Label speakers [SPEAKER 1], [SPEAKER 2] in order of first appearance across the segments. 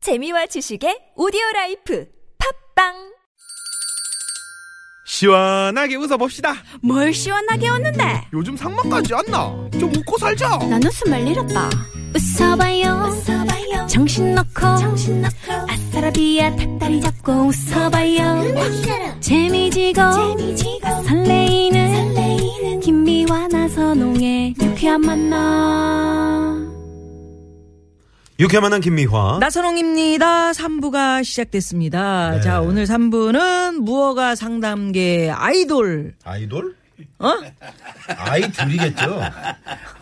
[SPEAKER 1] 재미와 지식의 오디오 라이프 팝빵
[SPEAKER 2] 시원하게 웃어봅시다.
[SPEAKER 3] 뭘 시원하게 웃는데
[SPEAKER 2] 요즘 상만까지 안 나. 좀 웃고 살자.
[SPEAKER 3] 난 웃음을 잃었다 웃어봐요, 정신 놓고 아싸라비아 닭다리 잡고 웃어봐요 재미지고, 설레이는, 김미와 나선홍의 유쾌한 만남
[SPEAKER 4] 유쾌 만한 김미화.
[SPEAKER 5] 나선홍입니다. 3부가 시작됐습니다.
[SPEAKER 4] 네.
[SPEAKER 5] 자, 오늘 3부는 무허가 상담계 아이돌.
[SPEAKER 4] 아이돌? 어? 아이돌이겠죠.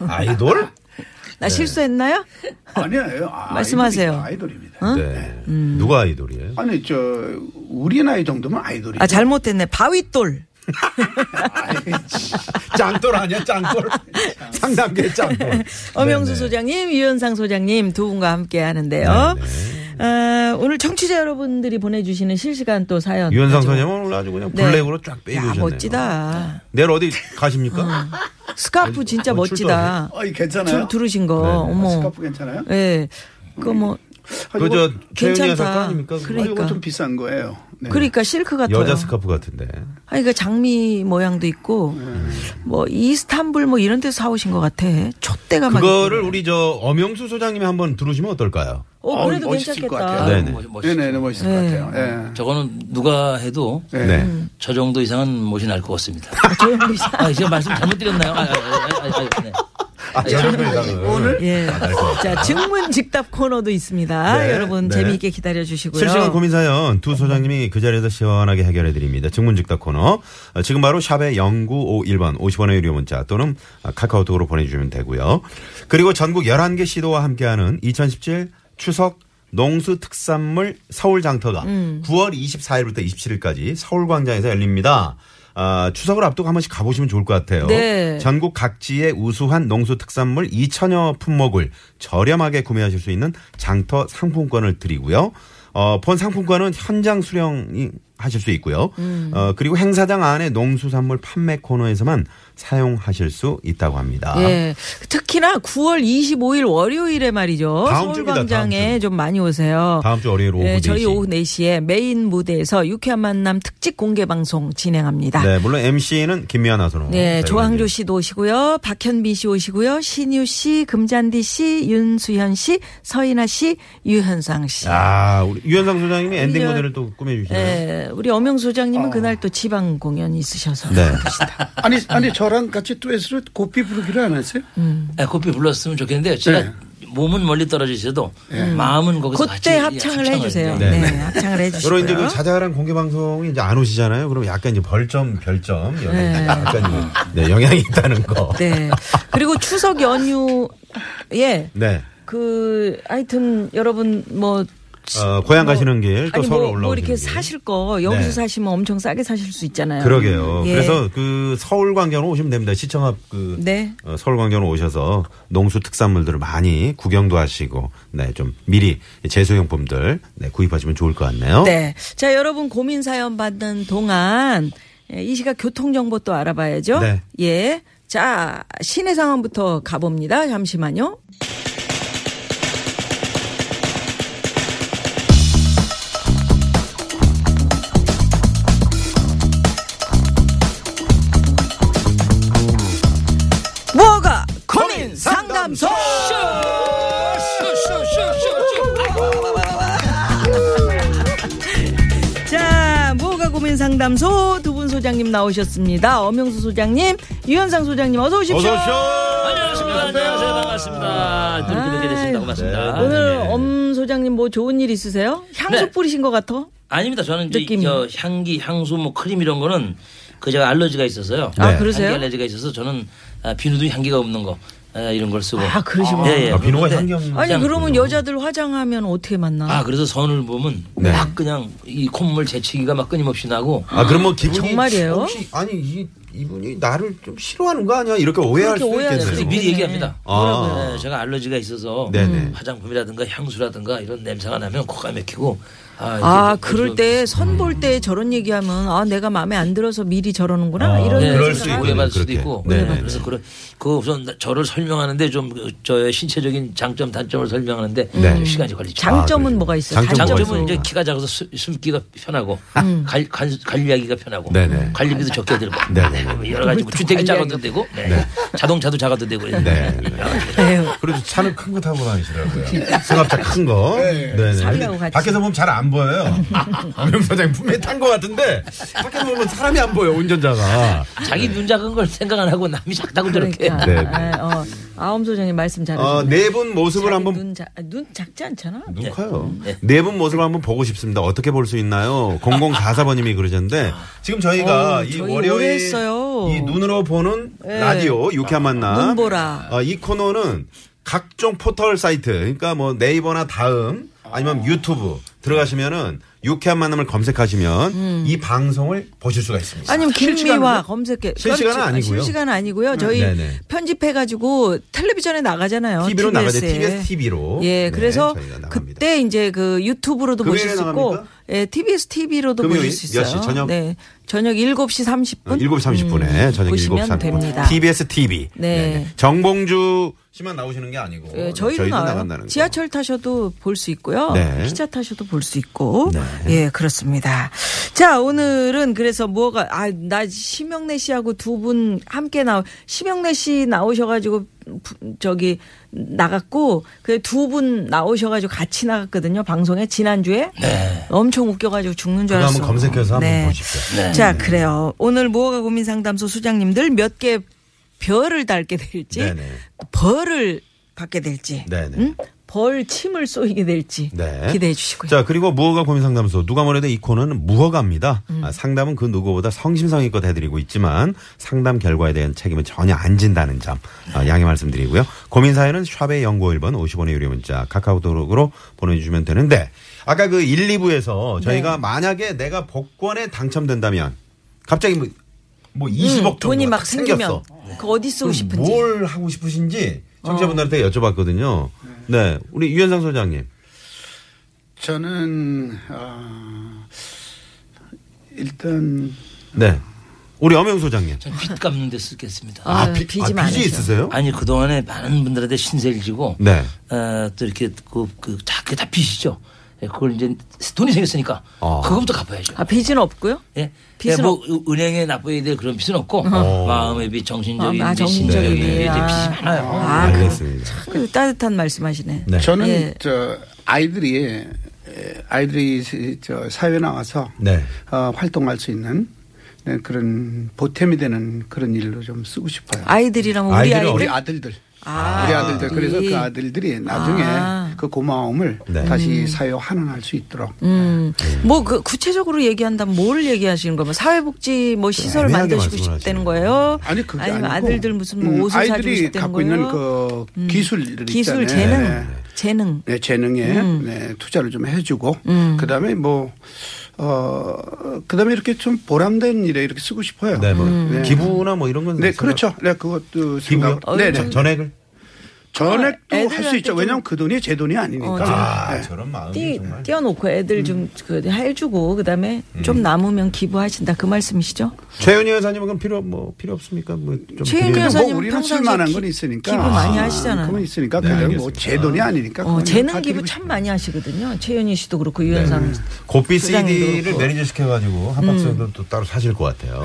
[SPEAKER 4] 아이돌? 네.
[SPEAKER 5] 나 실수했나요?
[SPEAKER 6] 아니에요. 아,
[SPEAKER 5] 말씀하세요.
[SPEAKER 6] 아이돌입니다.
[SPEAKER 4] 네. 누가 아이돌이에요?
[SPEAKER 6] 아니 저 우리 나이 정도면 아이돌이.
[SPEAKER 5] 아, 잘못했네. 바위돌.
[SPEAKER 4] 짱돌 아니야, 짱돌? 상담계 짱돌.
[SPEAKER 5] 엄영수
[SPEAKER 4] 네네.
[SPEAKER 5] 소장님, 유현상 소장님 두 분과 함께 하는데요.
[SPEAKER 4] 네,
[SPEAKER 5] 어, 오늘 청취자 여러분들이 보내주시는 실시간 또 사연.
[SPEAKER 4] 네. 유현상 선생님은 오늘 아주 그냥
[SPEAKER 5] 네.
[SPEAKER 4] 블랙으로 쫙
[SPEAKER 5] 야,
[SPEAKER 4] 빼주셨네요.
[SPEAKER 5] 멋지다.
[SPEAKER 4] 내일 어디 가십니까?
[SPEAKER 5] 스카프 진짜
[SPEAKER 4] 어,
[SPEAKER 5] 멋지다.
[SPEAKER 6] 어이
[SPEAKER 5] 두,
[SPEAKER 6] 괜찮아요.
[SPEAKER 5] 두르신 뭐. 거.
[SPEAKER 4] 네,
[SPEAKER 6] 아,
[SPEAKER 5] 어머.
[SPEAKER 6] 스카프 괜찮아요?
[SPEAKER 5] 예. 그거 뭐,
[SPEAKER 4] 그저 최은희
[SPEAKER 5] 괜찮다.
[SPEAKER 4] 작가 아닙니까? 그거?
[SPEAKER 6] 아, 이거
[SPEAKER 5] 그러니까.
[SPEAKER 6] 좀 비싼 거예요. 네.
[SPEAKER 5] 그러니까 실크 같아요.
[SPEAKER 4] 여자 스카프 같은데.
[SPEAKER 5] 아니 그 장미 모양도 있고 뭐 이스탄불 뭐 이런 데서 사오신 것 같아. 촛대가 막.
[SPEAKER 4] 그거를
[SPEAKER 5] 있고.
[SPEAKER 4] 우리 저 엄영수 소장님이 한번 들으시면 어떨까요?
[SPEAKER 5] 어 그래도
[SPEAKER 6] 어우, 멋있을 것
[SPEAKER 5] 괜찮겠다.
[SPEAKER 6] 같아요.
[SPEAKER 4] 네네.
[SPEAKER 7] 멋- 멋있죠.
[SPEAKER 6] 네네네 멋있을 것 같아요. 예.
[SPEAKER 7] 저거는 누가 해도
[SPEAKER 5] 음.
[SPEAKER 6] 네.
[SPEAKER 7] 저 정도 이상은 못이 날 것 같습니다.
[SPEAKER 5] 조용히 사-
[SPEAKER 7] 아, 제가 말씀 잘못 드렸나요? 아, 아, 아, 아, 아, 네.
[SPEAKER 4] 아, 저정도 이상은. 오늘?
[SPEAKER 5] 예. 자 증문직답 코너도 있습니다.
[SPEAKER 4] 아, 네,
[SPEAKER 5] 여러분
[SPEAKER 4] 네.
[SPEAKER 5] 재미있게 기다려 주시고요.
[SPEAKER 4] 실시간 고민 사연 두 소장님이 그 자리에서 시원하게 해결해 드립니다. 증문즉답 코너. 어, 지금 바로 샵의 0951번 50원의 유료 문자 또는 아, 카카오톡으로 보내주시면 되고요. 그리고 전국 11개 시도와 함께하는 2017 추석 농수 특산물 서울 장터가
[SPEAKER 5] 음.
[SPEAKER 4] 9월 24일부터 27일까지 서울 광장에서 열립니다. 아, 추석을 앞두고 한 번씩 가보시면 좋을 것 같아요.
[SPEAKER 5] 네.
[SPEAKER 4] 전국 각지의 우수한 농수 특산물 2천여 품목을 저렴하게 구매하실 수 있는 장터 상품권을 드리고요. 어, 본 상품권은 현장 수령이 하실 수 있고요.
[SPEAKER 5] 음.
[SPEAKER 4] 어, 그리고 행사장 안에 농수산물 판매 코너에서만 사용하실 수 있다고 합니다.
[SPEAKER 5] 예. 특히나 9월 25일 월요일에 말이죠.
[SPEAKER 4] 아. 다음 주입니다, 다음
[SPEAKER 5] 서울광장에
[SPEAKER 4] 주.
[SPEAKER 5] 좀 많이 오세요.
[SPEAKER 4] 다음 주 월요일 오후
[SPEAKER 5] 예, 저희
[SPEAKER 4] 4시.
[SPEAKER 5] 오후 4시에 메인 무대에서 유쾌한 만남 특집 공개 방송 진행합니다.
[SPEAKER 4] 네, 물론 MC는 김미아 나선호.
[SPEAKER 5] 네,
[SPEAKER 4] 자,
[SPEAKER 5] 조항조
[SPEAKER 4] 이분들.
[SPEAKER 5] 씨도 오시고요. 박현빈 씨 오시고요. 신유 씨, 금잔디 씨, 윤수현 씨, 서인아 씨, 유현상 씨.
[SPEAKER 4] 아, 우리 유현상 소장님이 엔딩
[SPEAKER 5] 일년-
[SPEAKER 4] 무대를 또 꾸며 주시네요.
[SPEAKER 5] 네, 우리 엄영 소장님은 그날 또 지방 공연이 있으셔서.
[SPEAKER 4] 어. 네.
[SPEAKER 6] 아니 아니 저랑 같이 듀엣으로 고삐 부르기로 안 했어요?
[SPEAKER 5] 음.
[SPEAKER 7] 아, 커피 불렀으면 좋겠는데요. 제가
[SPEAKER 6] 네.
[SPEAKER 7] 몸은 멀리 떨어지셔도 마음은 거기서 같이
[SPEAKER 5] 그때 합창을 해주세요. 네. 합창을
[SPEAKER 4] 여러 이제
[SPEAKER 5] 해주시고요.
[SPEAKER 4] 그 자잘한 공개 방송이 이제 안 오시잖아요. 그럼 약간 이제 벌점 별점 이런 약간 이- 네, 영향이 있다는 거.
[SPEAKER 5] 네. 그리고 추석 연휴에
[SPEAKER 4] 네.
[SPEAKER 5] 그 하여튼 여러분 뭐
[SPEAKER 4] 어, 고향 가시는 길, 또
[SPEAKER 5] 아니
[SPEAKER 4] 서울
[SPEAKER 5] 뭐,
[SPEAKER 4] 올라오시는
[SPEAKER 5] 뭐 이렇게
[SPEAKER 4] 길.
[SPEAKER 5] 사실 거 여기서
[SPEAKER 4] 네.
[SPEAKER 5] 사시면 엄청 싸게 사실 수 있잖아요.
[SPEAKER 4] 그러게요.
[SPEAKER 5] 예.
[SPEAKER 4] 그래서 그 서울 광장으로 오시면 됩니다. 시청 앞 그
[SPEAKER 5] 네.
[SPEAKER 4] 서울 광장으로 오셔서 농수 특산물들을 많이 구경도 하시고 네, 좀 미리 제수용품들 네, 구입하시면 좋을 것 같네요.
[SPEAKER 5] 네. 자, 여러분 고민 사연 받는 동안 예, 이 시각 교통 정보 또 알아봐야죠.
[SPEAKER 4] 네.
[SPEAKER 5] 예. 자, 시내 상황부터 가봅니다. 잠시만요. 뭐가 고민 상담소! 자, 뭐가 고민 상담소 두 분 소장님 나오셨습니다. 엄영수 소장님, 유현상 소장님 어서 오십시오.
[SPEAKER 4] 어서 오십시오.
[SPEAKER 7] 안녕하십니까. 안녕하세요. 반갑습니다. 또 이렇게 뵙게 됐습니다. 고맙습니다.
[SPEAKER 4] 네.
[SPEAKER 5] 오늘 엄 소장님 뭐 좋은 일 있으세요? 향수
[SPEAKER 7] 네.
[SPEAKER 5] 뿌리신 것 같아?
[SPEAKER 7] 아닙니다. 저는 이제
[SPEAKER 5] 느낌이.
[SPEAKER 7] 저 향기, 향수, 뭐 크림 이런 거는 그 제가 알러지가 있어서요.
[SPEAKER 4] 네.
[SPEAKER 5] 아, 그러세요?
[SPEAKER 7] 향기 알러지가 있어서 저는 아, 비누도 향기가 없는 거 아, 이런 걸 쓰고.
[SPEAKER 5] 아, 그러시구나.
[SPEAKER 7] 예, 예.
[SPEAKER 4] 아, 비누가
[SPEAKER 7] 그런데
[SPEAKER 4] 향기 없는
[SPEAKER 5] 아니
[SPEAKER 7] 그냥
[SPEAKER 5] 그러면 여자들 화장하면 어떻게 만나?
[SPEAKER 7] 아 그래서 선을 보면
[SPEAKER 4] 네.
[SPEAKER 7] 막 그냥 이 콧물 재채기가 막 끊임없이 나고
[SPEAKER 4] 아, 그럼 뭐 기분이
[SPEAKER 5] 정말이에요?
[SPEAKER 4] 혹시- 아니 이 이분이 나를 좀 싫어하는 거 아니야? 이렇게 오해할
[SPEAKER 5] 그렇게
[SPEAKER 4] 수도
[SPEAKER 5] 오해하죠.
[SPEAKER 4] 있겠네요.
[SPEAKER 7] 그래서 미리 얘기합니다.
[SPEAKER 4] 아.
[SPEAKER 7] 네, 제가 알러지가 있어서
[SPEAKER 4] 네네.
[SPEAKER 7] 화장품이라든가 향수라든가 이런 냄새가 나면 코가 막히고 아, 이게
[SPEAKER 5] 아,
[SPEAKER 7] 좀
[SPEAKER 5] 그럴 때 선 볼 때 저런 얘기하면 아 내가 마음에 안 들어서 미리 저러는구나
[SPEAKER 4] 아,
[SPEAKER 5] 이런
[SPEAKER 4] 네. 그럴
[SPEAKER 5] 생각을
[SPEAKER 4] 수
[SPEAKER 5] 하죠.
[SPEAKER 4] 있고.
[SPEAKER 7] 오해받을 수도
[SPEAKER 4] 그렇게.
[SPEAKER 7] 있고
[SPEAKER 4] 네.
[SPEAKER 7] 그래서 그런 그 우선 저를 설명하는데 좀 그 저의 신체적인 장점 단점을 설명하는데
[SPEAKER 4] 네.
[SPEAKER 7] 좀 시간이 걸리죠.
[SPEAKER 4] 장-
[SPEAKER 5] 장점은
[SPEAKER 4] 아,
[SPEAKER 5] 뭐가 있어요?
[SPEAKER 4] 장점은
[SPEAKER 5] 단점은
[SPEAKER 4] 뭐가
[SPEAKER 7] 장점은
[SPEAKER 4] 있어요?
[SPEAKER 7] 이제 키가 작아서 수- 숨기가 편하고 관, 관, 관리하기가 편하고
[SPEAKER 4] 음. 네네. 아,
[SPEAKER 7] 관리비도 적게 들고
[SPEAKER 4] 네네.
[SPEAKER 7] 네, 여러 가지 뭐 주택이 작아도 되고 네. 자동차도 작아도 되고 이런
[SPEAKER 4] 네.
[SPEAKER 7] 여러 가지.
[SPEAKER 5] 에휴,
[SPEAKER 4] 그래도 차는 큰 거 타고 다니시더라고요. 승합차 큰 거. 네.
[SPEAKER 5] 사위하고 같이.
[SPEAKER 4] 밖에서 보면 잘 안 보여요. 명 사장님 분명히 탄 것 같은데 밖에서 보면 사람이 안 보여 운전자가.
[SPEAKER 7] 자기 눈 작은 걸 생각 안 하고 남이 작다고 저렇게
[SPEAKER 5] 그러니까
[SPEAKER 4] 네, 네.
[SPEAKER 5] 아, 어, 아엄 소장님 말씀
[SPEAKER 4] 어,
[SPEAKER 5] 잘하셨네요.
[SPEAKER 4] 네 분 모습을
[SPEAKER 5] 자기
[SPEAKER 4] 한번
[SPEAKER 5] 눈, 자, 아, 눈 작지 않잖아.
[SPEAKER 4] 눈 커요.
[SPEAKER 7] 네.
[SPEAKER 4] 네 분 모습을 한번 보고 싶습니다. 어떻게 볼 수 있나요? 0044번님이
[SPEAKER 7] 아,
[SPEAKER 4] 그러셨는데 지금 저희가
[SPEAKER 5] 어,
[SPEAKER 4] 이
[SPEAKER 5] 저희 오래
[SPEAKER 4] 월요일
[SPEAKER 5] 했어요. 네.
[SPEAKER 4] 이 눈으로 보는 라디오 유쾌한 만남
[SPEAKER 5] 눈보라.
[SPEAKER 4] 어, 이 코너는 각종 포털 사이트 그러니까 뭐 네이버나 다음 아니면 유튜브 들어가시면은 유쾌한 만남을 검색하시면
[SPEAKER 5] 음.
[SPEAKER 4] 이 방송을 보실 수가 있습니다.
[SPEAKER 5] 아니면 김미화 검색해.
[SPEAKER 4] 실시간은
[SPEAKER 5] 그렇지. 아,
[SPEAKER 4] 아니고요.
[SPEAKER 5] 실시간은 아니고요. 저희
[SPEAKER 4] 네네.
[SPEAKER 5] 편집해가지고 텔레비전에 나가잖아요.
[SPEAKER 4] TV로 나가죠.
[SPEAKER 5] TBS 에.
[SPEAKER 4] TBS TV로.
[SPEAKER 5] 예,
[SPEAKER 4] 네,
[SPEAKER 5] 그래서
[SPEAKER 4] 저희가 나갑니다.
[SPEAKER 5] 그때 이제 그 유튜브로도 보실
[SPEAKER 4] 금요일에
[SPEAKER 5] 수 있고,
[SPEAKER 4] 나갑니까?
[SPEAKER 5] 예, TBS TV로도
[SPEAKER 4] 금요일
[SPEAKER 5] 보실 수 있어요.
[SPEAKER 4] 몇 시? 저녁?
[SPEAKER 5] 네, 저녁 7시 30분.
[SPEAKER 4] 어, 7시 30분에 저녁 7시
[SPEAKER 5] 음, 보시면
[SPEAKER 4] 30분.
[SPEAKER 5] 됩니다.
[SPEAKER 4] TBS TV.
[SPEAKER 5] 네.
[SPEAKER 4] 정봉주 씨만 나오시는 게 아니고
[SPEAKER 5] 예, 저희도 나와요.
[SPEAKER 4] 어, 나간다는 거.
[SPEAKER 5] 지하철 타셔도 볼 수 있고요.
[SPEAKER 4] 네.
[SPEAKER 5] 기차 타셔도 볼 수 있고.
[SPEAKER 4] 네.
[SPEAKER 5] 예, 그렇습니다. 자, 오늘은 그래서 뭐가, 아, 나 심영래 씨하고 두 분 함께 나오, 심영래 씨 나오셔가지고, 부- 저기, 나갔고, 그 두 분 나오셔가지고 같이 나갔거든요. 방송에, 지난주에. 엄청 웃겨가지고 죽는 줄
[SPEAKER 4] 네. 그거
[SPEAKER 5] 알았어요.
[SPEAKER 4] 한번
[SPEAKER 5] 네.
[SPEAKER 4] 검색해서 한번 네. 보십시오.
[SPEAKER 5] 자, 그래요. 오늘 무허가 고민 상담소 수장님들 몇 개 별을 달게 될지,
[SPEAKER 4] 네네.
[SPEAKER 5] 벌을 받게 될지,
[SPEAKER 4] 네네.
[SPEAKER 5] 응? 벌 침을 쏘이게 될지
[SPEAKER 4] 네.
[SPEAKER 5] 기대해 주시고요.
[SPEAKER 4] 자 그리고 무허가 고민 상담소 누가 뭐래도 이 코너는 무허가입니다.
[SPEAKER 5] 음.
[SPEAKER 4] 아, 상담은 그 누구보다 성심성의껏 해드리고 있지만 상담 결과에 대한 책임은 전혀 안 진다는 점 아, 양해 말씀드리고요. 고민 사연은 샵의 연구 1번 50원의 유료 문자 카카오톡으로 보내주시면 되는데 아까 그 1, 2부에서 저희가
[SPEAKER 5] 네.
[SPEAKER 4] 만약에 내가 복권에 당첨된다면 갑자기 뭐, 뭐 20억
[SPEAKER 5] 음, 돈이
[SPEAKER 4] 정도가
[SPEAKER 5] 막
[SPEAKER 4] 딱
[SPEAKER 5] 생기면
[SPEAKER 4] 생겼어.
[SPEAKER 5] 그 어디 쓰고
[SPEAKER 4] 그럼
[SPEAKER 5] 싶은지. 어.
[SPEAKER 4] 뭘 하고 싶으신지 청취자분들한테 여쭤봤거든요. 네, 우리 유현상 소장님.
[SPEAKER 6] 저는 아, 일단
[SPEAKER 4] 네. 우리 엄영 소장님.
[SPEAKER 7] 전빚 갚는 데 쓰겠습니다.
[SPEAKER 5] 아, 빚이 많으셔.
[SPEAKER 4] 빚이 있으세요?
[SPEAKER 7] 아니 그동안에 많은 분들한테 신세를 지고
[SPEAKER 4] 네.
[SPEAKER 7] 어, 또 이렇게 그, 그, 다, 그게 다 빚이죠. 예, 그걸 이제 돈이 생겼으니까
[SPEAKER 4] 아.
[SPEAKER 7] 그것부터 갚아야죠.
[SPEAKER 5] 아, 빚은 없고요.
[SPEAKER 7] 예.
[SPEAKER 5] 빚은
[SPEAKER 7] 예, 뭐 은행에 납부해야 될 그런 빚은 없고
[SPEAKER 4] 어.
[SPEAKER 7] 마음의 빚, 정신적인
[SPEAKER 5] 아, 아,
[SPEAKER 7] 빚,
[SPEAKER 5] 정신적인
[SPEAKER 7] 신적인 빚,
[SPEAKER 5] 빚.
[SPEAKER 7] 이제 빚이
[SPEAKER 5] 아.
[SPEAKER 7] 많아요.
[SPEAKER 5] 아,
[SPEAKER 4] 네, 알겠습니다.
[SPEAKER 5] 그 따뜻한 말씀하시네.
[SPEAKER 4] 네.
[SPEAKER 6] 저는
[SPEAKER 5] 예.
[SPEAKER 6] 저 아이들이 에, 아이들이 시- 저 사회 나와서
[SPEAKER 4] 네.
[SPEAKER 6] 어, 활동할 수 있는 네, 그런 보탬이 되는 그런 일로 좀 쓰고 싶어요.
[SPEAKER 5] 아이들이라면 우리
[SPEAKER 4] 아이들은
[SPEAKER 5] 아이들.
[SPEAKER 6] 우리 아들들.
[SPEAKER 5] 아,
[SPEAKER 6] 우리 아들들
[SPEAKER 5] 아이들이.
[SPEAKER 6] 그래서 그 아들들이 나중에
[SPEAKER 5] 아.
[SPEAKER 6] 그 고마움을
[SPEAKER 4] 네.
[SPEAKER 6] 다시 사회에 환원할 수 있도록
[SPEAKER 5] 음. 뭐 그 구체적으로 얘기한다면 뭘 얘기하시는 거예요? 사회복지 뭐 시설
[SPEAKER 4] 네, 애매하게
[SPEAKER 5] 만드시고
[SPEAKER 4] 말씀을
[SPEAKER 5] 싶다는
[SPEAKER 4] 하시네요.
[SPEAKER 5] 거예요?
[SPEAKER 6] 아니 그게
[SPEAKER 5] 아니면
[SPEAKER 6] 아니고
[SPEAKER 5] 아들들 무슨 뭐
[SPEAKER 6] 음,
[SPEAKER 5] 옷을 사주고
[SPEAKER 6] 아이들이
[SPEAKER 5] 싶다는
[SPEAKER 6] 갖고
[SPEAKER 5] 거예요? 음.
[SPEAKER 6] 있는 그 기술들
[SPEAKER 5] 기술
[SPEAKER 6] 있잖아요.
[SPEAKER 5] 재능 음.
[SPEAKER 6] 네.
[SPEAKER 5] 재능
[SPEAKER 6] 네, 재능에 네, 투자를 좀 해주고 그다음에 뭐 어, 그다음에 이렇게 좀 보람된 일에 이렇게 쓰고 싶어요.
[SPEAKER 4] 네, 뭐
[SPEAKER 5] 음,
[SPEAKER 6] 네.
[SPEAKER 4] 기부나 뭐 이런 건
[SPEAKER 6] 네,
[SPEAKER 4] 생각-
[SPEAKER 6] 그렇죠. 네,
[SPEAKER 4] 기부요?
[SPEAKER 6] 그것도
[SPEAKER 5] 어,
[SPEAKER 6] 생각. 네, 네.
[SPEAKER 4] 전액을?
[SPEAKER 6] 전액도 할
[SPEAKER 5] 애들한테
[SPEAKER 6] 수 있죠.
[SPEAKER 5] 좀-
[SPEAKER 6] 왜냐하면 그 돈이 제 돈이 아니니까.
[SPEAKER 4] 아,
[SPEAKER 6] 네.
[SPEAKER 4] 저런 마음이
[SPEAKER 5] 어, 띄,
[SPEAKER 4] 정말.
[SPEAKER 5] 띄워놓고 애들 좀 그 해주고 그다음에 좀 남으면 기부하신다 그 말씀이시죠?
[SPEAKER 4] 최윤희 여사님은 그럼 필요 뭐 필요 없습니까? 뭐좀
[SPEAKER 5] 최윤희
[SPEAKER 4] 드리는-
[SPEAKER 5] 여사-
[SPEAKER 6] 뭐
[SPEAKER 5] 선생님은
[SPEAKER 6] 우리는
[SPEAKER 5] 평상시에
[SPEAKER 6] 쓸만한
[SPEAKER 5] 기-
[SPEAKER 6] 건 있으니까
[SPEAKER 5] 기부 많이
[SPEAKER 6] 아,
[SPEAKER 5] 하시잖아요.
[SPEAKER 6] 그건 있으니까
[SPEAKER 4] 네,
[SPEAKER 6] 그냥
[SPEAKER 4] 알겠습니다.
[SPEAKER 6] 뭐제 돈이 아니니까.
[SPEAKER 5] 어,
[SPEAKER 6] 그건
[SPEAKER 5] 재능
[SPEAKER 6] 다
[SPEAKER 5] 기부
[SPEAKER 6] 드리고
[SPEAKER 5] 참 많이 하시거든요. 최윤희 씨도
[SPEAKER 4] 네.
[SPEAKER 5] 그렇고
[SPEAKER 4] 음.
[SPEAKER 5] 유현상 씨.
[SPEAKER 4] 고삐
[SPEAKER 5] 소장님도
[SPEAKER 4] CD를
[SPEAKER 5] 그렇고. 음.
[SPEAKER 4] 매니저 시켜가지고 한 박스도 또 따로 사실 것 같아요.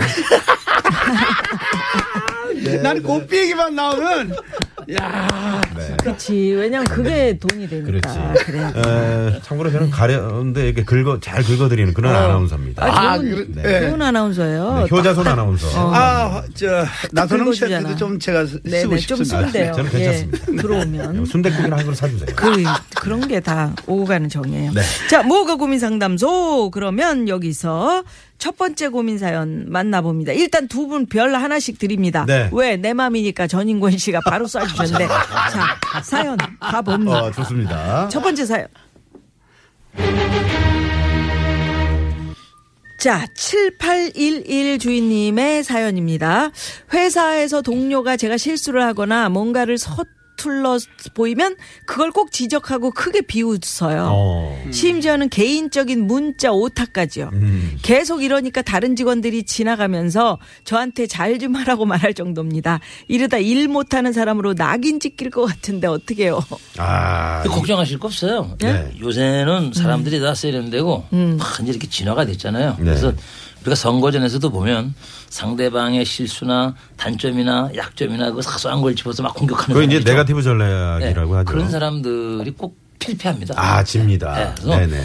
[SPEAKER 6] 싶어요. 나는 고삐 얘기만 나오면 야
[SPEAKER 4] 네.
[SPEAKER 5] 그렇지. 왜냐면 그게 돈이 되니까.
[SPEAKER 4] 그렇지.
[SPEAKER 5] 그래요. 네.
[SPEAKER 4] 에, 참고로 저는 가려운데 이렇게 긁어 잘 긁어드리는 그런 아나운서입니다.
[SPEAKER 5] 아,
[SPEAKER 6] 그래.
[SPEAKER 5] 좋은, 어.
[SPEAKER 4] 네.
[SPEAKER 5] 좋은
[SPEAKER 4] 네,
[SPEAKER 5] 아나운서예요.
[SPEAKER 4] 효자손 아나운서.
[SPEAKER 6] 아, 저 나선홍
[SPEAKER 5] 긁어주잖아.
[SPEAKER 6] 씨한테도 좀 제가 쓰-
[SPEAKER 5] 그 네,
[SPEAKER 6] 쓰고
[SPEAKER 5] 네, 좀
[SPEAKER 6] 싶습니다.
[SPEAKER 5] 쓰면 돼요.
[SPEAKER 4] 저는 괜찮습니다. 네.
[SPEAKER 5] 예, 들어오면.
[SPEAKER 4] 순대국이나 한 그릇 사주세요.
[SPEAKER 5] 그 그런 게 다 오고 가는 정이에요.
[SPEAKER 4] 네.
[SPEAKER 5] 자, 뭐가 고민 상담소 그러면 여기서 첫 번째 고민 사연 만나봅니다. 일단 두 분 별 하나씩 드립니다.
[SPEAKER 4] 네.
[SPEAKER 5] 왜 내 맘이니까 전인권 씨가 바로 쏴주셨는데 자 사연 가봅니다.
[SPEAKER 4] 어, 좋습니다.
[SPEAKER 5] 첫 번째 사연. 자, 7811 주인님의 사연입니다. 회사에서 동료가 제가 실수를 하거나 뭔가를 서툴러 보이면 그걸 꼭 지적하고 크게 비웃어요.
[SPEAKER 4] 어.
[SPEAKER 5] 심지어는 개인적인 문자 오타까지요.
[SPEAKER 4] 음.
[SPEAKER 5] 계속 이러니까 다른 직원들이 지나가면서 저한테 잘 좀 하라고 말할 정도입니다. 이러다 일 못하는 사람으로 낙인 찍힐 것 같은데 어떻게 해요?
[SPEAKER 4] 아.
[SPEAKER 7] 근데 그 걱정하실 거 없어요. 예?
[SPEAKER 4] 네.
[SPEAKER 7] 요새는 사람들이 다 세련되고 많이 이렇게 진화가 됐잖아요.
[SPEAKER 4] 네.
[SPEAKER 7] 그래서 우리가 선거전에서도 보면 상대방의 실수나 단점이나 약점이나 그 사소한 걸 집어서 막 공격하는
[SPEAKER 4] 그거 이제
[SPEAKER 7] 사람이죠.
[SPEAKER 4] 네가티브 전략이라고
[SPEAKER 7] 네.
[SPEAKER 4] 하죠.
[SPEAKER 7] 그런 사람들이 꼭 필패합니다.
[SPEAKER 4] 아, 집니다.
[SPEAKER 7] 네. 그래서
[SPEAKER 4] 네네.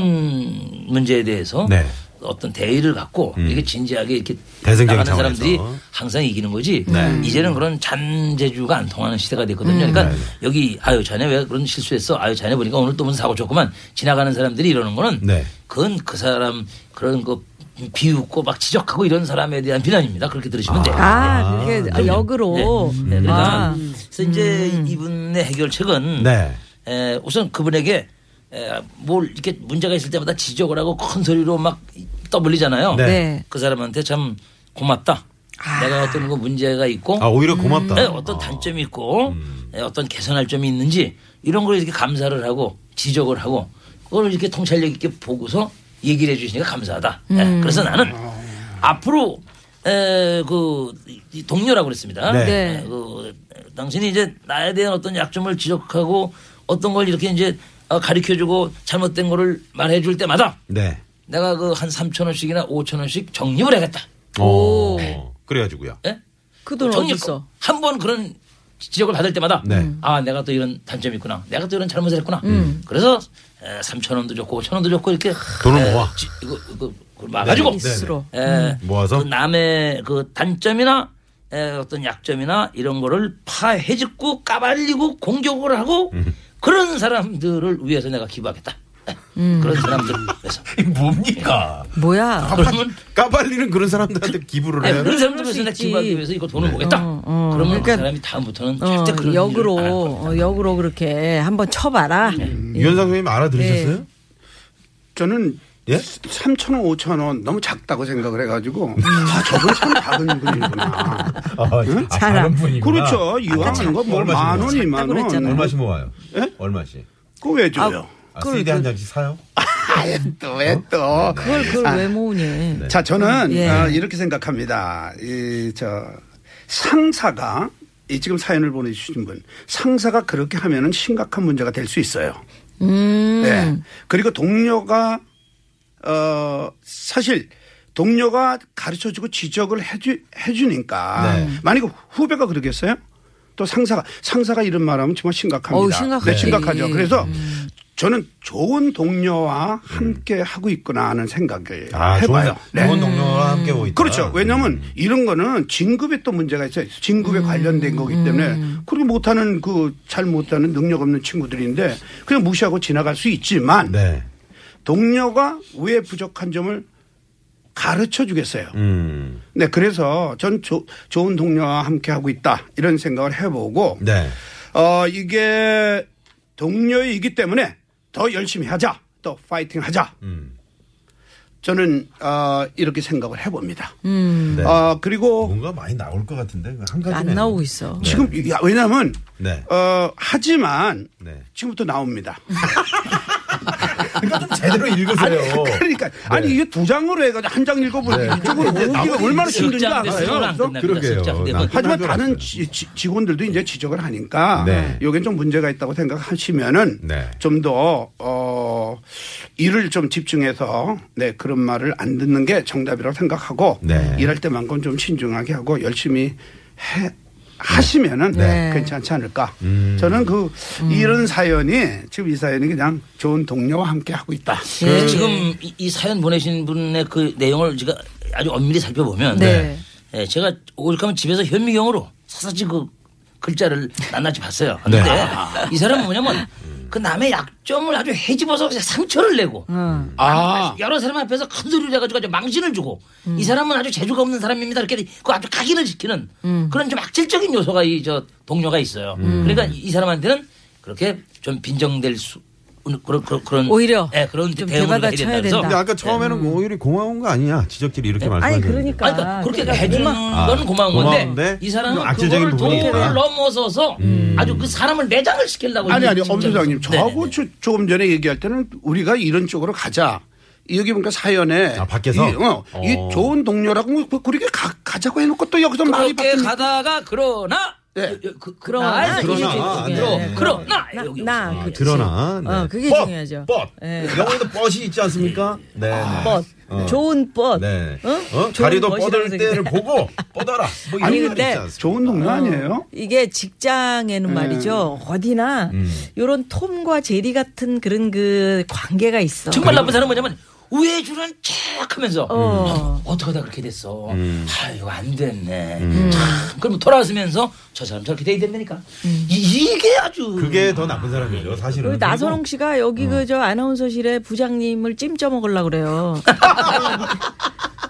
[SPEAKER 7] 큰 문제에 대해서
[SPEAKER 4] 네. 음.
[SPEAKER 7] 어떤 대의를 갖고 이게 진지하게 이렇게
[SPEAKER 4] 대승적인
[SPEAKER 7] 나가는
[SPEAKER 4] 상황에서. 네.
[SPEAKER 7] 사람들이 항상 이기는 거지. 음. 이제는 그런 잔재주가 안 통하는 시대가 됐거든요.
[SPEAKER 4] 음.
[SPEAKER 7] 그러니까
[SPEAKER 4] 네.
[SPEAKER 7] 여기 아유 자네 왜 그런 실수했어? 아유 자네 보니까 오늘 또 무슨 사고 쳤구만. 지나가는 사람들이 이러는 거는
[SPEAKER 4] 네.
[SPEAKER 7] 그건 그 사람 그런 거 비웃고 막 지적하고 이런 사람에 대한 비난입니다. 그렇게 들으시면 돼요.
[SPEAKER 5] 아, 그게
[SPEAKER 7] 그럼요.
[SPEAKER 5] 역으로.
[SPEAKER 7] 음. 네. 네, 그러니까
[SPEAKER 5] 아. 음.
[SPEAKER 7] 그래서 이제 이분의 해결책은
[SPEAKER 4] 네.
[SPEAKER 7] 에, 예, 우선 그분에게 에, 뭘 이렇게 문제가 있을 때마다 지적을 하고 큰 소리로 막 떠벌리잖아요.
[SPEAKER 4] 네.
[SPEAKER 5] 네.
[SPEAKER 7] 그 사람한테 참 고맙다. 내가 어떤 거 문제가 있고
[SPEAKER 4] 아, 오히려 고맙다.
[SPEAKER 7] 네, 어떤 단점이 있고 네, 어떤 개선할 점이 있는지 이런 걸 이렇게 감사를 하고 지적을 하고 그걸 이렇게 통찰력 있게 보고서 얘기를 해주시니까 감사하다. 네, 그래서 나는 앞으로 에, 그 이- 동료라고 그랬습니다.
[SPEAKER 4] 네.
[SPEAKER 5] 네.
[SPEAKER 7] 에, 그, 당신이 이제 나에 대한 어떤 약점을 지적하고 어떤 걸 이렇게 이제 가르쳐주고 잘못된 거를 말해줄 때마다
[SPEAKER 4] 네.
[SPEAKER 7] 내가 그 한 3천 원씩이나 5천 원씩 적립을 해야겠다.
[SPEAKER 4] 오. 어, 그래가지고요.
[SPEAKER 7] 예?
[SPEAKER 5] 그 돈 어디
[SPEAKER 7] 정리
[SPEAKER 5] 있어?
[SPEAKER 7] 한번 그런 지적을 받을 때마다
[SPEAKER 4] 네. 음.
[SPEAKER 7] 아 내가 또 이런 단점이 있구나 내가 또 이런 잘못을 했구나
[SPEAKER 5] 음.
[SPEAKER 7] 그래서 3천 원도 좋고 5천 원도 좋고 이렇게
[SPEAKER 4] 돈을
[SPEAKER 7] 에,
[SPEAKER 4] 모아.
[SPEAKER 7] 지- 이거 이거 그걸 막아주고
[SPEAKER 4] 네, 네.
[SPEAKER 5] 스스로.
[SPEAKER 7] 에,
[SPEAKER 4] 모아서?
[SPEAKER 7] 그 남의 그 단점이나 에, 어떤 약점이나 이런 거를 파해짓고 까발리고 공격을 하고
[SPEAKER 4] 음.
[SPEAKER 7] 그런 사람들을 위해서 내가 기부하겠다 에,
[SPEAKER 5] 음.
[SPEAKER 7] 그런 사람들 위해서
[SPEAKER 4] 뭡니까?
[SPEAKER 5] 뭐야?
[SPEAKER 7] 그러면
[SPEAKER 4] 까발리는 아, 그런 사람들한테 기부를
[SPEAKER 7] 네,
[SPEAKER 4] 해요.
[SPEAKER 7] 그런 사람들
[SPEAKER 5] 그럴 수
[SPEAKER 7] 위해서 내가
[SPEAKER 5] 있지.
[SPEAKER 7] 기부하기 위해서 이거
[SPEAKER 4] 네.
[SPEAKER 7] 돈을 모겠다
[SPEAKER 5] 어.
[SPEAKER 7] 그러면 그
[SPEAKER 5] 그러니까-
[SPEAKER 7] 사람이 다음부터는
[SPEAKER 5] 어,
[SPEAKER 7] 절대 그런
[SPEAKER 5] 역으로
[SPEAKER 7] 일을 안 음. 하는
[SPEAKER 5] 어, 역으로 그렇게 한번 쳐봐라.
[SPEAKER 4] 유현상 선생님 알아들으셨어요?
[SPEAKER 6] 저는
[SPEAKER 4] 예?
[SPEAKER 6] 3천 원, 5천 원 너무 작다고 생각을 해가지고
[SPEAKER 5] 음.
[SPEAKER 6] 아 저분 참 작은 분이구나.
[SPEAKER 4] 아, 아,
[SPEAKER 5] 잘 알아.
[SPEAKER 4] 분이구나. 아,
[SPEAKER 6] 그렇죠. 이왕
[SPEAKER 4] 얼마씩
[SPEAKER 6] 거뭐만 원,
[SPEAKER 4] 모아요?
[SPEAKER 6] 이만 원.
[SPEAKER 5] 그랬잖아요.
[SPEAKER 4] 얼마씩 모아요?
[SPEAKER 6] 예?
[SPEAKER 4] 얼마씩?
[SPEAKER 6] 그거 왜 줘요?
[SPEAKER 4] 아, CD 한 장씩 사요?
[SPEAKER 6] 아예 또 왜 또?
[SPEAKER 5] 그걸
[SPEAKER 7] 아.
[SPEAKER 5] 그걸 왜 모으니?
[SPEAKER 6] 자, 저는
[SPEAKER 5] 예.
[SPEAKER 6] 어, 이렇게 생각합니다. 이, 저, 상사가, 이 지금 사연을 보내주신 분, 상사가 그렇게 하면은 심각한 문제가 될 수 있어요.
[SPEAKER 5] 음.
[SPEAKER 6] 예. 그리고 동료가, 어, 사실, 동료가 가르쳐 주고 지적을 해주, 해주니까.
[SPEAKER 4] 네.
[SPEAKER 6] 만약에 후배가 그러겠어요? 또 상사가, 상사가 이런 말 하면 정말 심각합니다.
[SPEAKER 5] 어우, 심각하지. 음.
[SPEAKER 6] 네, 심각하죠. 그래서 저는 좋은 동료와 함께 하고 있구나 하는 생각을
[SPEAKER 4] 아, 좋은,
[SPEAKER 6] 해봐요. 네.
[SPEAKER 4] 좋은 동료와 함께 오고 있다.
[SPEAKER 6] 그렇죠. 왜냐하면 이런 거는 진급에 또 문제가 있어요. 진급에 관련된 거기 때문에 그렇게 못하는 그 잘 못하는 능력 없는 친구들인데 그냥 무시하고 지나갈 수 있지만
[SPEAKER 4] 네.
[SPEAKER 6] 동료가 왜 부족한 점을 가르쳐 주겠어요.
[SPEAKER 4] 음.
[SPEAKER 6] 네, 그래서 전 조- 좋은 동료와 함께 하고 있다 이런 생각을 해보고
[SPEAKER 4] 네.
[SPEAKER 6] 어 이게 동료이기 때문에 더 열심히 하자, 더 파이팅 하자.
[SPEAKER 4] 음.
[SPEAKER 6] 저는 어, 이렇게 생각을 해봅니다.
[SPEAKER 4] 네.
[SPEAKER 6] 어, 그리고
[SPEAKER 4] 뭔가 많이 나올 것 같은데 이거 한 가지
[SPEAKER 5] 안 나오고 있어.
[SPEAKER 6] 지금 이게 왜냐하면
[SPEAKER 4] 네.
[SPEAKER 6] 어, 하지만
[SPEAKER 4] 네. 어.
[SPEAKER 6] 지금부터 나옵니다.
[SPEAKER 4] 그러니까 좀 제대로 읽으세요.
[SPEAKER 6] 그러니까
[SPEAKER 4] 네.
[SPEAKER 6] 아니 이게 두 장으로 해가지고 한 장 읽어보니까 이쪽으로 오기가 얼마나
[SPEAKER 4] 네.
[SPEAKER 6] 힘든지 알아요. 그래서
[SPEAKER 4] 그러게요. 난-
[SPEAKER 6] 하지만
[SPEAKER 4] 줄
[SPEAKER 6] 다른
[SPEAKER 4] 알았어요.
[SPEAKER 6] 지- 지- 직원들도 이제 지적을 하니까
[SPEAKER 4] 네.
[SPEAKER 6] 요게 좀 문제가 있다고 생각하시면은
[SPEAKER 4] 네.
[SPEAKER 6] 좀 더 어, 일을 좀 집중해서 네 그런 말을 안 듣는 게 정답이라고 생각하고
[SPEAKER 4] 네.
[SPEAKER 6] 일할 때만큼 좀 신중하게 하고 열심히 해 하시면은
[SPEAKER 4] 네.
[SPEAKER 6] 괜찮지 않을까.
[SPEAKER 4] 음.
[SPEAKER 6] 저는 그 이런 사연이 지금 이 사연이 그냥 좋은 동료와 함께 하고 있다.
[SPEAKER 5] 예.
[SPEAKER 7] 그 지금 이, 이 사연 보내신 분의 그 내용을 제가 아주 엄밀히 살펴보면
[SPEAKER 5] 네.
[SPEAKER 7] 예, 제가 오죽하면 집에서 현미경으로 사사지 그 글자를 낱낱이 봤어요. 근데
[SPEAKER 4] 네.
[SPEAKER 7] 이 사람은
[SPEAKER 4] 아.
[SPEAKER 7] 뭐냐면 그 남의 약점을 아주 해집어서 그냥 상처를 내고
[SPEAKER 6] 아.
[SPEAKER 7] 여러 사람 앞에서 큰 소리를 해가지고 아주 망신을 주고 이 사람은 아주 재주가 없는 사람입니다. 이렇게 그 아주 각인을 지키는
[SPEAKER 5] 음.
[SPEAKER 7] 그런 좀 악질적인 요소가 이 저 동료가 있어요. 그러니까 이 사람한테는 그렇게 좀 빈정될 수 그런 그런 그런
[SPEAKER 5] 오히려
[SPEAKER 7] 예, 그런
[SPEAKER 5] 좀
[SPEAKER 7] 대응을 해야
[SPEAKER 5] 대받아쳐야 된다.
[SPEAKER 7] 된다면서
[SPEAKER 4] 근데 아까 처음에는 오히려 고마운 거 아니냐 지적질이 이렇게
[SPEAKER 5] 아니
[SPEAKER 4] 말씀하셨는데.
[SPEAKER 5] 그러니까.
[SPEAKER 7] 아니, 그러니까 그렇게
[SPEAKER 5] 그러니까
[SPEAKER 7] 해주는
[SPEAKER 5] 고마-
[SPEAKER 4] 아,
[SPEAKER 7] 건 고마운
[SPEAKER 4] 고마운데
[SPEAKER 7] 건데 이 사람은
[SPEAKER 4] 좀 악재적인
[SPEAKER 7] 그거를
[SPEAKER 4] 부분이 있다. 음.
[SPEAKER 7] 도를 넘어서서 아주 그 사람을 내장을 시키려고
[SPEAKER 6] 아니
[SPEAKER 7] 지금
[SPEAKER 6] 아니 엄
[SPEAKER 7] 직접-
[SPEAKER 6] 소장님 저하고
[SPEAKER 7] 네네네.
[SPEAKER 6] 조- 조금 전에 얘기할 때는 우리가 이런 쪽으로 가자. 여기 보니까 사연에
[SPEAKER 4] 아, 밖에서?
[SPEAKER 6] 이, 어, 이
[SPEAKER 4] 어.
[SPEAKER 6] 좋은 동료라고 뭐 그- 그렇게 가, 가자고 해놓고 또 여기서 많이
[SPEAKER 7] 그렇게
[SPEAKER 6] 받는
[SPEAKER 7] 가다가 그러나
[SPEAKER 6] 네.
[SPEAKER 7] 그, 그,
[SPEAKER 5] 아, 그러나
[SPEAKER 7] 그러나 여기
[SPEAKER 4] 그러나,
[SPEAKER 7] 여기
[SPEAKER 4] 네,
[SPEAKER 7] 여기
[SPEAKER 4] 네.
[SPEAKER 7] 그러나
[SPEAKER 5] 나,
[SPEAKER 7] 여기
[SPEAKER 5] 나
[SPEAKER 7] 여기.
[SPEAKER 5] 그렇지.
[SPEAKER 4] 그러나, 아, 네.
[SPEAKER 5] 어, 그게
[SPEAKER 4] 뻗!
[SPEAKER 5] 중요하죠.
[SPEAKER 4] 뻗.
[SPEAKER 5] 예.
[SPEAKER 4] 영어에도 뻗이 있지 않습니까? 네. 네.
[SPEAKER 5] 뻗.
[SPEAKER 4] 어.
[SPEAKER 5] 좋은 뻗.
[SPEAKER 4] 네.
[SPEAKER 5] 어?
[SPEAKER 4] 어?
[SPEAKER 5] 좋은
[SPEAKER 4] 다리도
[SPEAKER 5] 뻗이라고
[SPEAKER 4] 뻗을 때를
[SPEAKER 5] 생각해.
[SPEAKER 4] 보고 뻗어라. 뭐 이런
[SPEAKER 5] 아니,
[SPEAKER 4] 거
[SPEAKER 5] 근데
[SPEAKER 4] 있지 않습니까?
[SPEAKER 6] 좋은 동료 아니에요?
[SPEAKER 5] 이게
[SPEAKER 4] 음.
[SPEAKER 5] 직장에는 말이죠. 어디나 이런 톰과 제리 같은 그런 그 관계가 있어.
[SPEAKER 7] 정말 나쁜 사람은 뭐냐면 우회주는 쫙 하면서
[SPEAKER 5] 어.
[SPEAKER 7] 어떻게 다 그렇게 됐어
[SPEAKER 4] 음.
[SPEAKER 7] 아 이거 안 됐네 참 그럼 돌아서면서 저 사람 저렇게 돼야 된다니까
[SPEAKER 5] 음.
[SPEAKER 7] 이, 이게 아주
[SPEAKER 4] 그게 더 나쁜 사람이죠, 사실은.
[SPEAKER 5] 우리 나선홍 씨가 여기
[SPEAKER 4] 어.
[SPEAKER 5] 그 저 아나운서실에 부장님을 찜쪄 먹으려고 그래요.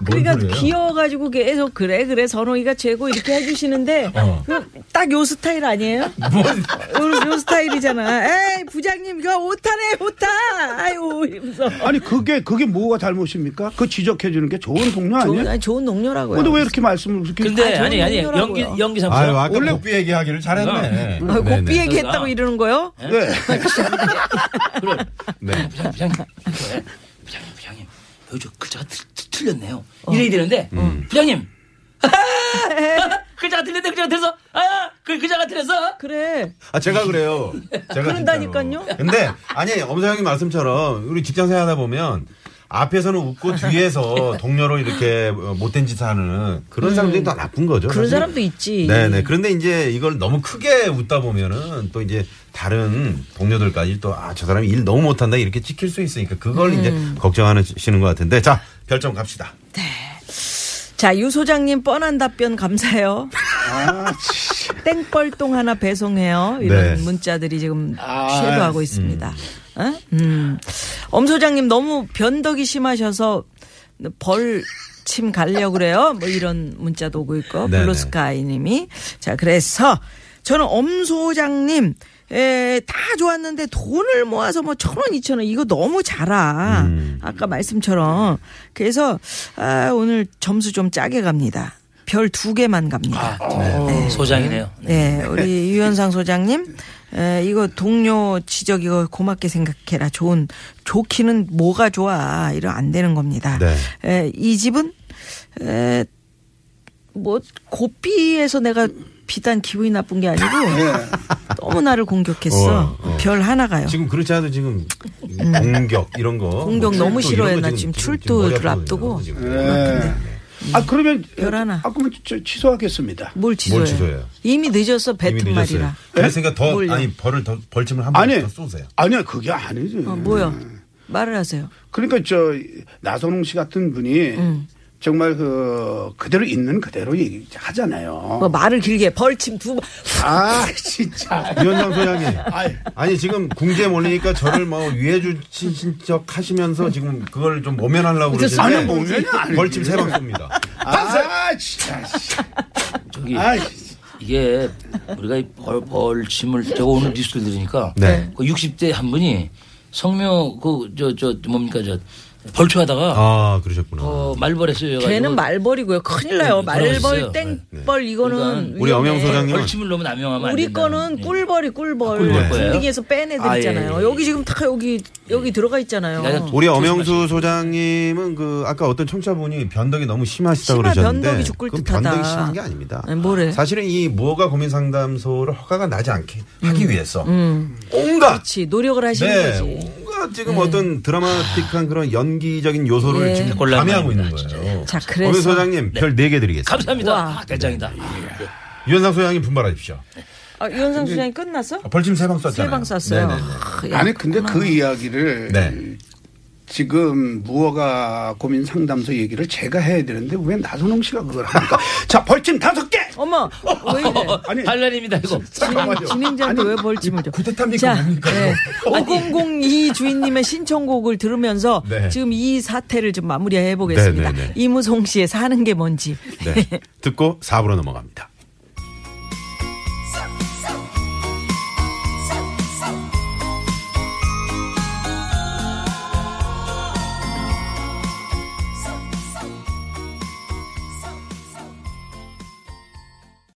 [SPEAKER 4] 뭔
[SPEAKER 5] 그러니까
[SPEAKER 4] 소리예요?
[SPEAKER 5] 귀여워가지고 계속 그래 그래 선호이가 최고 이렇게 해주시는데
[SPEAKER 4] 어.
[SPEAKER 5] 그 딱 요 스타일 아니에요? 요, 요 스타일이잖아. 에이 부장님 이거 오타네 오타. 아유 이러면서.
[SPEAKER 6] 아니 그게 그게 뭐가 잘못입니까? 그 지적해 주는 게 좋은 동료
[SPEAKER 5] 좋은,
[SPEAKER 6] 아니에요?
[SPEAKER 5] 아니, 좋은 동료라고요.
[SPEAKER 6] 근데 왜 이렇게 말씀을 그렇게
[SPEAKER 7] 근데
[SPEAKER 5] 아,
[SPEAKER 7] 아니 아니
[SPEAKER 5] 좋은
[SPEAKER 7] 연기
[SPEAKER 5] 일이라고요.
[SPEAKER 7] 연기 삼수
[SPEAKER 4] 아유, 아까
[SPEAKER 6] 원래-
[SPEAKER 4] 복비 그 얘기하기를 잘했네.
[SPEAKER 5] 아,
[SPEAKER 4] 네네.
[SPEAKER 5] 곱비 얘기했다고
[SPEAKER 7] 그러니까.
[SPEAKER 5] 이러는 거요?
[SPEAKER 6] 네.
[SPEAKER 7] 그래
[SPEAKER 4] 네.
[SPEAKER 7] 부장님, 부장님, 그래. 부장님, 부장님, 요즘 글자가 틀, 틀, 틀렸네요.
[SPEAKER 5] 어.
[SPEAKER 7] 이래야 되는데,
[SPEAKER 4] 음.
[SPEAKER 7] 부장님, 글자가 틀렸네, 글자가 틀렸어. 아, 글, 글자가 틀렸어.
[SPEAKER 5] 그래.
[SPEAKER 4] 아, 제가 그래요. 제가
[SPEAKER 5] 그런다니까요.
[SPEAKER 4] 진짜로. 근데, 아니, 엄사장님 말씀처럼, 우리 직장 생활 하다 보면, 앞에서는 웃고 뒤에서 동료로 이렇게 어, 못된 짓 하는 그런 사람들이 다 나쁜 거죠.
[SPEAKER 5] 음. 그런
[SPEAKER 4] 사실.
[SPEAKER 5] 사람도 있지.
[SPEAKER 4] 네네. 그런데 이제 이걸 너무 크게 웃다 보면은 또 이제 다른 동료들까지 또 아, 저 사람이 일 너무 못한다 이렇게 찍힐 수 있으니까 그걸
[SPEAKER 5] 음.
[SPEAKER 4] 이제 걱정하시는 것 같은데 자, 별점 갑시다.
[SPEAKER 5] 자, 유 소장님 뻔한 답변 감사해요.
[SPEAKER 6] 아, 치.
[SPEAKER 5] 땡벌똥 하나 배송해요. 이런
[SPEAKER 4] 네.
[SPEAKER 5] 문자들이 지금
[SPEAKER 6] 아,
[SPEAKER 5] 쉐도하고 있습니다. 어? 음. 엄 소장님 너무 변덕이 심하셔서 벌침 갈려 그래요. 뭐 이런 문자도 오고 있고
[SPEAKER 4] 네네.
[SPEAKER 5] 블루스카이님이 자 그래서 저는 엄 소장님 에, 다 좋았는데 돈을 모아서 뭐 천 원, 이천 원 이거 너무 잘아. 아까 말씀처럼 그래서 아, 오늘 점수 좀 짜게 갑니다. 별 두 개만
[SPEAKER 7] 아,
[SPEAKER 5] 갑니다.
[SPEAKER 4] 아, 네.
[SPEAKER 7] 소장이네요.
[SPEAKER 5] 네, 우리 유현상 소장님, 에, 이거 동료 지적 이거 고맙게 생각해라. 좋은 좋기는 뭐가 좋아? 이러 안 되는 겁니다.
[SPEAKER 4] 네.
[SPEAKER 5] 에, 이 집은 에, 뭐 고삐에서 내가 비단 기분이 나쁜 게 아니고 너무 나를 네. 공격했어.
[SPEAKER 4] 어, 어.
[SPEAKER 5] 별 하나 가요.
[SPEAKER 4] 지금 그렇지 않아도 지금 공격 이런 거.
[SPEAKER 5] 음. 공격
[SPEAKER 4] 뭐
[SPEAKER 5] 너무
[SPEAKER 4] 출두
[SPEAKER 5] 싫어요.
[SPEAKER 4] 이런 거
[SPEAKER 5] 나 지금 출두를
[SPEAKER 4] 머리 아프거든요,
[SPEAKER 5] 앞두고.
[SPEAKER 4] 지금.
[SPEAKER 6] 네. 아 그러면
[SPEAKER 5] 별 하나.
[SPEAKER 6] 아 그러면 저- 취소하겠습니다.
[SPEAKER 5] 뭘 지조해요?
[SPEAKER 4] 지조해요?
[SPEAKER 5] 이미 늦었어.
[SPEAKER 4] 이미
[SPEAKER 5] 뱉은
[SPEAKER 4] 늦었어요.
[SPEAKER 5] 말이라.
[SPEAKER 4] 그래서 그러니까 더
[SPEAKER 5] 뭘요?
[SPEAKER 4] 아니 벌을 더 벌침을 한 번
[SPEAKER 6] 아니
[SPEAKER 4] 더 쏘세요.
[SPEAKER 6] 아니요 그게 아니죠.
[SPEAKER 5] 어, 뭐요? 말을 하세요.
[SPEAKER 6] 그러니까 저 나선홍 씨 같은 분이 정말 그 그대로 있는 그대로 얘기하잖아요.
[SPEAKER 5] 뭐 말을 길게 벌침 두 번.
[SPEAKER 6] 아 진짜.
[SPEAKER 4] 위원장 소장님.
[SPEAKER 6] 아이.
[SPEAKER 4] 아니 지금 궁지에 몰리니까 저를 뭐 위해 주신 척 하시면서 지금 그걸 좀 모면하려고
[SPEAKER 5] 그저
[SPEAKER 4] 그러시는데
[SPEAKER 6] 아니, 모면이 아니지.
[SPEAKER 4] 벌침 세방 쏩니다.
[SPEAKER 6] 아 진짜.
[SPEAKER 7] 저기
[SPEAKER 6] 아 진짜.
[SPEAKER 7] 이게 우리가 이 벌, 벌침을 제가 오늘 뉴스를 들으니까
[SPEAKER 4] 네.
[SPEAKER 7] 그 60대 한 분이 성묘 그 저 저 뭡니까 저 벌초하다가
[SPEAKER 4] 아 그러셨구나.
[SPEAKER 7] 어, 말벌에 쏘여가지고
[SPEAKER 5] 걔는 말벌이고요. 큰일 나요.
[SPEAKER 7] 네,
[SPEAKER 5] 말벌,
[SPEAKER 7] 돌아가셨어요.
[SPEAKER 5] 땡벌 이거는 음,
[SPEAKER 7] 그러니까
[SPEAKER 4] 네. 우리
[SPEAKER 5] 위험해.
[SPEAKER 4] 엄영 소장님은
[SPEAKER 7] 벌침을 넣으면 암용하면 안
[SPEAKER 5] 우리
[SPEAKER 7] 된다는,
[SPEAKER 5] 거는
[SPEAKER 7] 예.
[SPEAKER 5] 꿀벌이
[SPEAKER 7] 꿀벌
[SPEAKER 4] 네.
[SPEAKER 5] 꿀벌.
[SPEAKER 7] 거예요?
[SPEAKER 5] 군딩에서 뺀 애들
[SPEAKER 7] 아, 예,
[SPEAKER 5] 있잖아요.
[SPEAKER 7] 예, 예.
[SPEAKER 5] 여기 지금 다 여기 여기 들어가 있잖아요.
[SPEAKER 7] 야, 야,
[SPEAKER 4] 우리 엄영수 소장님은 그 아까 어떤 청취자분이 변덕이 너무 심하시다 고
[SPEAKER 5] 심하,
[SPEAKER 4] 그러셨는데
[SPEAKER 5] 변덕이 죽을
[SPEAKER 4] 그건
[SPEAKER 5] 듯하다. 음,
[SPEAKER 4] 변덕이 심한 게 아닙니다.
[SPEAKER 5] 아니, 네, 뭐래?
[SPEAKER 4] 사실은 이 무허가 고민 상담소를 허가가 나지 않게
[SPEAKER 5] 음,
[SPEAKER 4] 하기 위해서 온갖
[SPEAKER 5] 그렇지 노력을 하시는
[SPEAKER 4] 네,
[SPEAKER 5] 거지.
[SPEAKER 4] 온갖 지금 어떤 드라마틱한 그런 연기적인 요소를
[SPEAKER 5] 예.
[SPEAKER 4] 지금
[SPEAKER 7] 골라낸
[SPEAKER 4] 가미하고 있는
[SPEAKER 7] 겁니다,
[SPEAKER 4] 거예요.
[SPEAKER 5] 자, 그래서-
[SPEAKER 4] 엄영수 소장님 별 네 개 드리겠습니다.
[SPEAKER 7] 감사합니다.
[SPEAKER 5] 와.
[SPEAKER 7] 아, 대장이다.
[SPEAKER 4] 유현상 소장님 분발하십시오.
[SPEAKER 5] 아, 유현상 소장님 끝났어?
[SPEAKER 4] 벌침 세 방 쐈잖아요.
[SPEAKER 5] 세 방 쐈어요.
[SPEAKER 4] 네네네.
[SPEAKER 5] 아, 야,
[SPEAKER 6] 아니 근데 그 이야기를
[SPEAKER 4] 네.
[SPEAKER 6] 지금 무허가 고민 상담소 얘기를 제가 해야 되는데 왜 나선홍 씨가 그걸 합니까? 자 벌침 다섯 개.
[SPEAKER 5] 어머 왜 이래?
[SPEAKER 6] 아니
[SPEAKER 7] 반란입니다 이거.
[SPEAKER 6] 잠깐만요.
[SPEAKER 5] 진행자한테 왜 벌침을 줘?
[SPEAKER 4] 구태탑니까
[SPEAKER 5] 자,
[SPEAKER 4] 뭡니까?
[SPEAKER 5] 네. 5002 주인님의 신청곡을 들으면서
[SPEAKER 4] 네.
[SPEAKER 5] 지금 이 사태를 좀 마무리해 보겠습니다.
[SPEAKER 4] 네, 네, 네.
[SPEAKER 5] 이무송 씨의 사는 게 뭔지.
[SPEAKER 4] 네. 듣고 4부로 네. 넘어갑니다.